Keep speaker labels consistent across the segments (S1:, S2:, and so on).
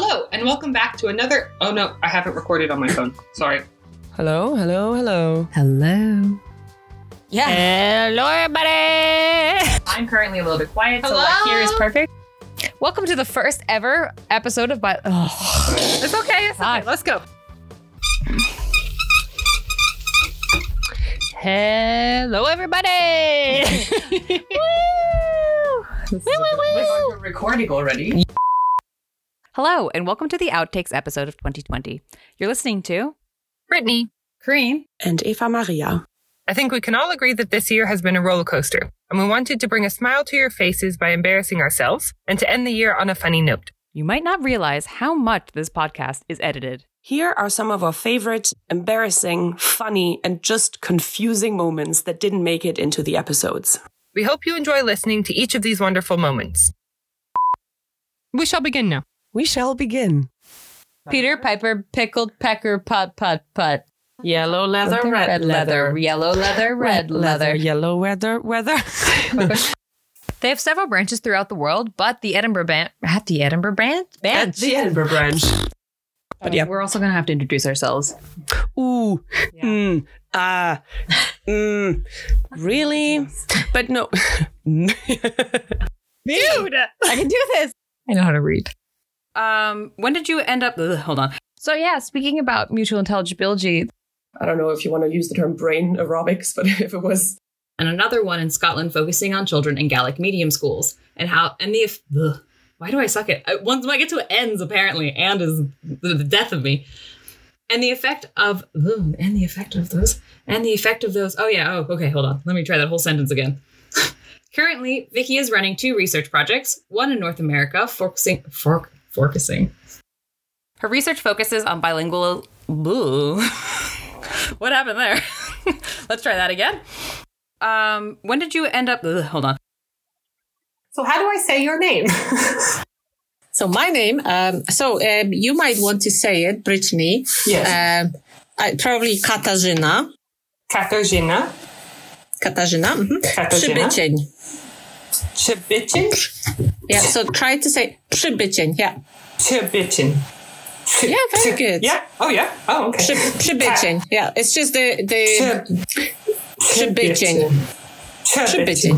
S1: welcome back to another. Oh no, I haven't recorded on my phone. Sorry.
S2: Hello, hello, hello.
S3: Hello.
S4: Yeah.
S5: Hello, everybody.
S6: I'm currently a little bit quiet, so like
S5: Hello?
S6: here is perfect.
S4: Welcome to the first ever episode of Bi- oh.
S1: It's okay. It's okay.
S4: Hi.
S1: Let's go.
S5: Hello, everybody.
S6: We're recording already.
S4: Hello, and welcome to the Outtakes episode of 2020. You're listening to
S6: Brittany. Green.
S7: and Eva Maria.
S8: I think we can all agree that this year has been a roller coaster, and we wanted to bring a smile to your faces by embarrassing ourselves and to end the year on a funny note.
S4: You Might Not Realize How Much This Podcast Is Edited.
S7: Here are some of our favorite, embarrassing, funny, and just confusing moments that didn't make it into the episodes.
S8: We hope you enjoy listening to each of these wonderful moments. We shall begin now.
S2: We shall begin.
S4: Peter Piper pickled pecker pot pot pot.
S5: Yellow leather, red, leather.
S4: yellow leather, red leather.
S2: Yellow weather, weather.
S4: They have several branches throughout the world, but the Edinburgh Ban at the Edinburgh Ban
S7: At
S4: Ban.
S7: the Edinburgh branch.
S2: But yeah.
S4: We're also gonna have to introduce ourselves.
S2: Ooh. Mm. Ah. mm. Really? But no.
S4: Dude, I can do this. I know how to read. Um, when did you end up? Ugh, hold on. So yeah, speaking about mutual intelligibility,
S7: I don't know if you want to use the term brain aerobics, but if it was.
S9: and another one in Scotland focusing on children in Gaelic medium schools and how and the if ugh, why do I suck it? I, once I get to ends apparently and is the, the death of me. And the effect of ugh, and the effect of those and the effect of those. Oh yeah, oh okay, hold on. Let me try that whole sentence again. Currently, Vicky is running two research projects, one in North America focusing fork focusing
S4: her research focuses on bilingual. Boo. what happened there? Let's try that again. Um, when did you end up? Ugh, hold on.
S10: So how do I say your name? so my name. Um, so um, you might want to say it, Brittany.
S7: Yes.
S10: Um, I, probably Katarzyna.
S6: Katarzyna.
S10: Katarzyna. mhm.
S6: Katarzyna.
S10: Przybycień.
S6: Chibitin.
S10: Yeah. So try to say przybycień. Yeah.
S6: Chibitin.
S10: Yeah. Very good.
S6: Yeah. Oh yeah. Oh okay.
S10: Przy, przybycień. Yeah. It's just the the przybycień. Przybycień.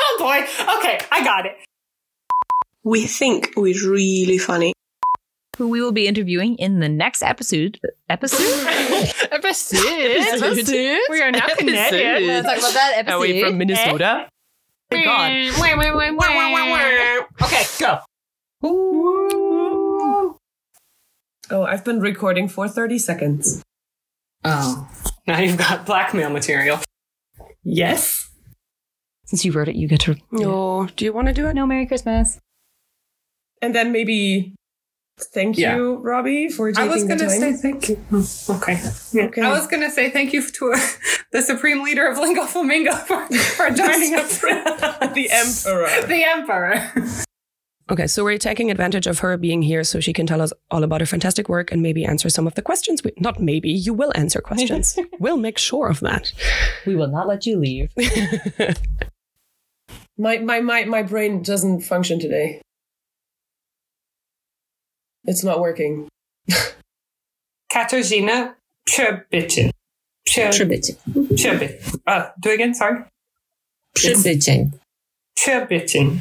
S6: Oh boy. Okay, I got it.
S7: We think we're really funny.
S4: Who we will be interviewing in the next episode? Episode?
S5: Episode.
S8: We are now
S5: Episode.
S4: talk about that Eh?
S2: Are we from Minnesota?
S5: Oh, God.
S4: Mm.
S6: Okay, go.
S7: Oh, I've been recording for 30 seconds.
S6: Oh. Now you've got blackmail material. Yes.
S4: Since you wrote it, you get to.
S7: No, do you want to do it?
S4: No, Merry Christmas.
S7: And then maybe thank
S6: Yeah.
S7: you, Robbie, for
S8: I
S7: taking
S8: was
S7: the
S8: going to
S7: time.
S8: say thank you.
S6: Okay.
S7: okay.
S8: I was going to say thank you to uh, the supreme leader of Lingo Flamingo for, for joining us.
S7: the emperor.
S8: the emperor.
S2: Okay,
S7: So we're taking advantage of her being here so she can tell us all about her fantastic work and maybe answer some of the questions. We, not maybe, you will answer questions. we'll make sure of that.
S9: We will not let you leave.
S7: My, my, my, my brain doesn't function today. It's not working.
S8: Katarzyna Przybycień.
S10: Przybycień.
S8: Przybycień. Uh, do it again, sorry.
S10: Przybycień.
S8: Przybycień.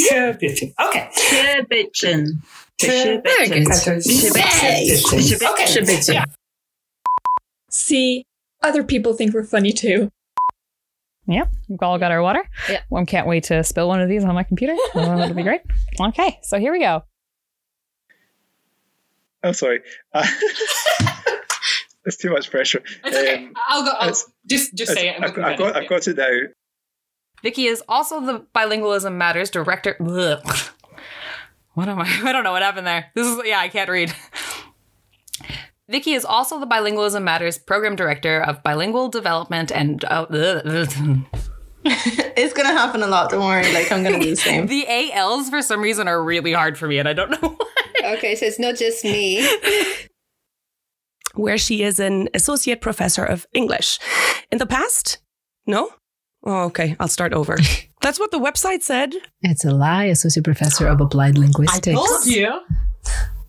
S8: Przybycień. Okay.
S3: Shibitin.
S10: Very good. Przybycień. Przybycień.
S11: See, other people think we're funny too.
S4: We've all got our water.
S9: Yeah.
S4: Well, I can't wait to spill one of these on my computer. Oh, that'll be great. Okay, so here we go.
S12: I'm sorry. Uh, There's too much pressure.
S1: It's okay.
S12: Um,
S1: I'll go. I'll,
S12: it's-
S1: just just say it. and
S12: I've,
S1: we'll
S12: I've
S1: cut
S12: got, I've got it now.
S4: Vicky is also the Bilingualism Matters director. Ugh. What am I? I don't know what happened there. This is yeah, I can't read. Vicky is also the Bilingualism Matters program director of bilingual development and uh, ugh, ugh.
S11: It's gonna happen a lot, don't worry. Like, I'm gonna be the same.
S4: the ALs for some reason are really hard for me, and I don't know why.
S11: okay, so it's not just me.
S7: Where she is an associate professor of English. In the past? No? Oh, okay, I'll start over.
S2: That's what the website said.
S13: It's a lie, associate professor of applied linguistics.
S2: you.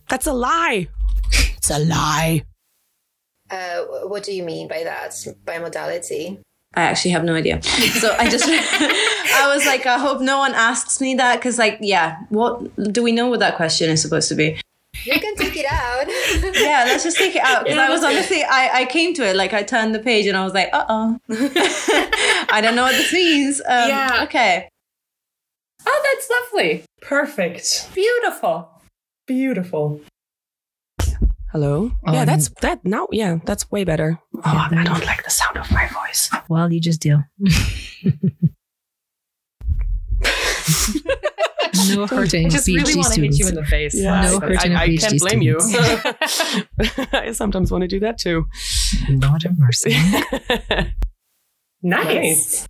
S2: That's a lie. It's a lie.
S14: Uh, what do you mean by that? By modality?
S15: I actually have no idea. So I just, I was like, I hope no one asks me that because, like, yeah, what do we know what that question is supposed to be?
S14: You can take it out.
S15: Yeah, let's just take it out. 'Cause
S14: Yeah.
S15: I was honestly, I, I came to it, like, I turned the page and I was like, uh oh. I don't know what this means. Um,
S14: Yeah.
S15: Okay.
S14: Oh, that's lovely.
S6: Perfect.
S14: Beautiful.
S6: Beautiful.
S2: Hello. yeah,
S13: Um,
S2: that's that. Now, yeah, that's way better. Oh, I don't like the sound of my voice.
S13: Well, you just deal. no hurting.
S2: I just
S13: PhD
S2: really wanna hit you
S13: students.
S2: in the face. Yeah.
S13: No
S2: I-
S13: hurting.
S2: I
S13: PhD
S2: can't blame you.
S13: students.
S2: I sometimes want to do that too.
S13: Lord have mercy.
S6: Nice.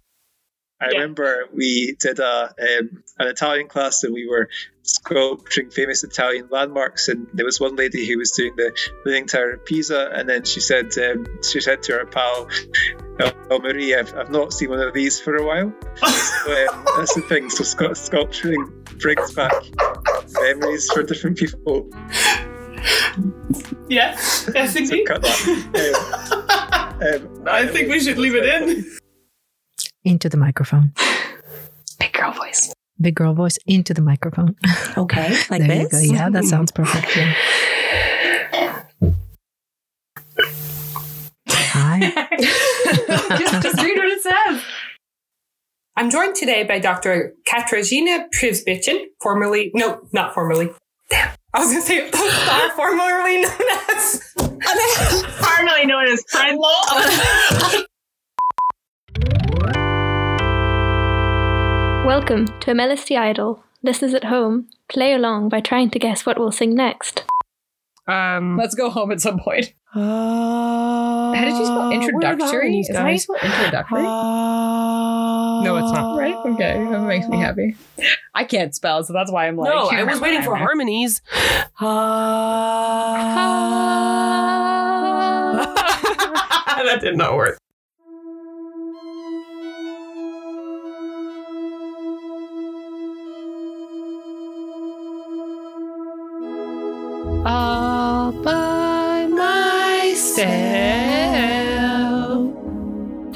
S12: I remember we did a um, an Italian class and we were sculpting famous Italian landmarks and there was one lady who was doing the Leaning Tower of Pisa and then she said um, she said to her pal, "Oh, oh, Marie, I've, I've not seen one of these for a while." so, um, that's the thing. So scu- sculpturing brings back memories for different people.
S6: Yeah, that's indeed.
S12: Um,
S6: I think we should leave it in.
S13: Into the microphone.
S6: Big girl voice.
S13: Big girl voice into the microphone.
S15: Okay,
S6: like
S13: there
S6: this?
S13: You go. Yeah, that sounds perfect. yeah.
S8: just, just read what it says. I'm joined today by Dr. Katarzyna Przybichin, formerly, no, not formerly. Damn. I was going to say, star formerly known as. formerly known as Fred
S16: Welcome to MLST Idol. Listeners at home, play along by trying to guess what we'll sing next.
S6: Um,
S5: Let's go home at some point.
S2: Uh,
S5: how did you spell introductory? Is that how you spell introductory?
S2: no,
S5: it's not. Right? Okay, that makes me happy. I can't spell, so that's why I'm like.
S2: no, I was waiting for harmonies. Uh,
S6: that did not work.
S5: All by myself.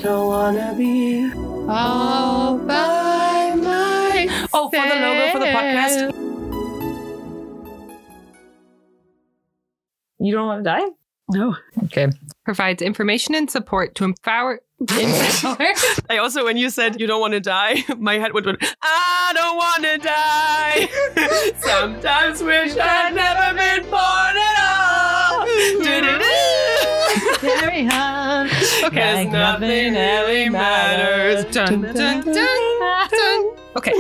S5: Don't wanna be all by myself.
S2: Oh, for the logo for the podcast.
S5: You don't want to die?
S2: No.
S5: Okay.
S6: Provides information and support to empower.
S2: I also, when you said you don't want to die, my head went, I don't want to die. Sometimes wish I'd never been born at all. Carry on. Okay, nothing really matters. Dun, dun, dun, dun. Okay.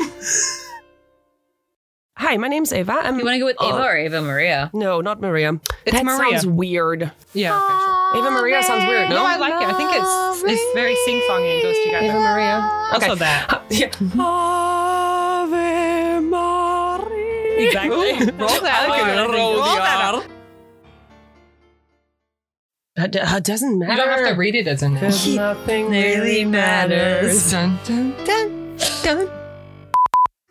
S2: Hi, my name's Ava. I'm, you want to go with
S9: Ava or
S2: Ava Maria? No, not Maria.
S6: It's
S2: that
S6: Maria.
S2: sounds weird.
S6: Yeah.
S2: Ava Maria sounds weird.
S6: No, I like it. I think it's it's very sing songy and goes together. Ava Maria. Also that.
S2: Yeah. Ave Maria.
S6: Exactly. Roll that
S2: I can
S6: R.
S2: roll
S6: Roll
S2: the
S6: that
S2: R. That, d- that doesn't matter.
S6: You don't have to read it as a
S2: Cause nothing really matters.
S6: Dun,
S4: Dun, dun.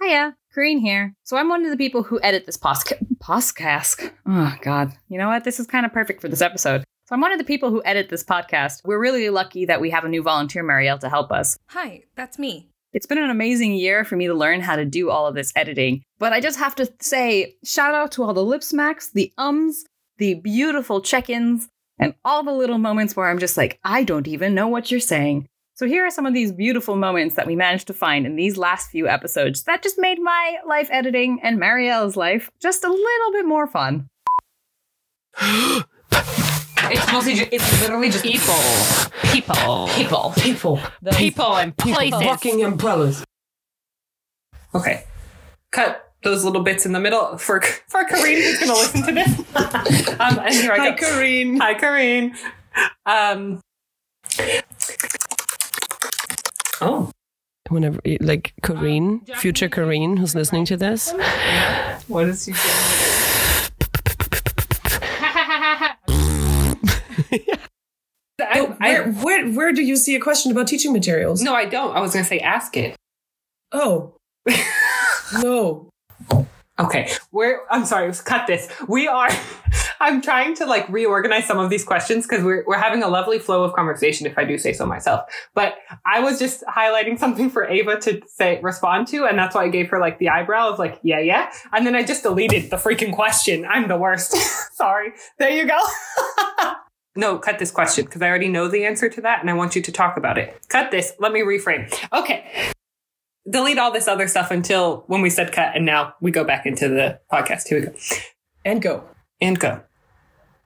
S4: Hiya, Green here. So I'm one of the people who edit this posca- podcast. Oh, God. You know what? This is kind of perfect for this episode. So I'm one of the people who edit this podcast. We're really lucky that we have a new volunteer, Marielle, to help us.
S17: Hi, that's me.
S4: It's been an amazing year for me to learn how to do all of this editing. But I just have to say, shout out to all the lip smacks, the ums, the beautiful check ins, and all the little moments where I'm just like, I don't even know what you're saying. So here are some of these beautiful moments that we managed to find in these last few episodes that just made my life editing and Marielle's life just a little bit more fun.
S6: It's mostly just, it's literally just people. People. People. People. people and
S8: places.
S6: Fucking umbrellas.
S8: Okay. Cut those little bits in the middle for for Kareen who's going to listen to this. um, and here I Hi, go. Kareen. Hi, Kareen. Um,
S2: Oh. Whenever, like
S7: Um,
S2: Corinne, future Corinne, who's listening to this.
S6: What is he doing?
S8: where, where where do you see a question about teaching materials? No, I don't. I was going to say ask it. Oh. no. Okay. We're I'm sorry, let's cut this. We are I'm trying to like reorganize some of these questions because we're we're having a lovely flow of conversation if I do say so myself. But I was just highlighting something for Ava to say respond to, and that's why I gave her like the eyebrow of like, yeah, yeah. And then I just deleted the freaking question. I'm the worst. sorry. There you go. No, cut this question because I already know the answer to that and I want you to talk about it. Cut this. Let me reframe. Okay. Delete all this other stuff until when we said cut and now we go back into the podcast. Here we go. And go. And go.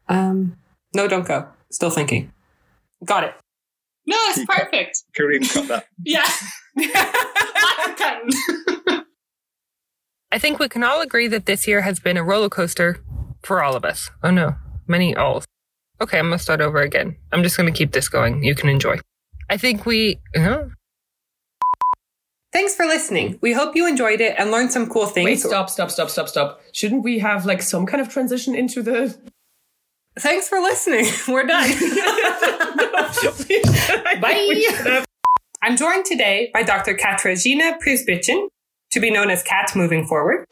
S8: Um, no, don't go. Still thinking. Got it. No, it's perfect.
S12: Kareem cut that.
S8: Yeah.
S18: I think we can all agree that this year has been a roller coaster for all of us. Oh no, many alls. Okay, I'm gonna start over again. I'm just gonna keep this going. You can enjoy. I think we. Huh?
S8: Thanks for listening. We hope you enjoyed it and learned some cool things.
S7: Wait, stop, stop, stop, stop, stop. Shouldn't we have like some kind of transition into the?
S8: Thanks for listening. We're done. Bye. I'm joined today by Dr. Katrajina Prisbichin, to be known as Kat moving forward.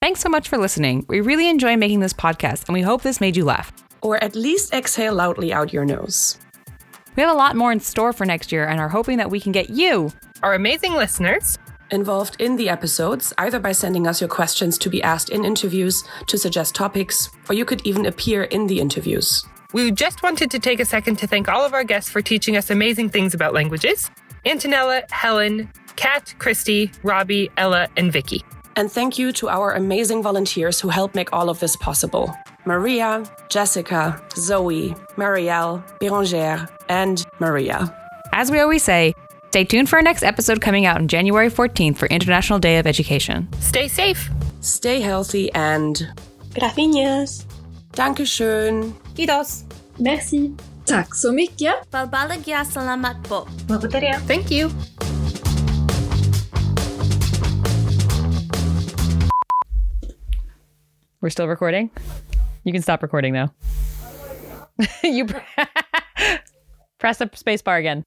S4: Thanks so much for listening. We really enjoy making this podcast, and we hope this made you laugh.
S13: Or at least exhale loudly out your nose.
S4: We have a lot more in store for next year and are hoping that we can get you,
S13: our amazing listeners, involved in the episodes, either by sending us your questions to be asked in interviews, to suggest topics, or you could even appear in the interviews.
S18: We just wanted to take a second to thank all of our guests for teaching us amazing things about languages Antonella, Helen, Kat, Christy, Robbie, Ella, and Vicky.
S13: And thank you to our amazing volunteers who help make all of this possible Maria, Jessica, Zoe, Marielle, Bérangère, and Maria.
S4: As we always say, stay tuned for our next episode coming out on January 14th for International Day of Education.
S13: Stay safe, stay healthy, and.
S11: Gracias.
S13: Dankeschön.
S11: Kidos. Merci. Tack så mycket. Balbalagia salamat po.
S18: Thank you.
S4: We're still recording? You can stop recording now. you pre- press the space bar again.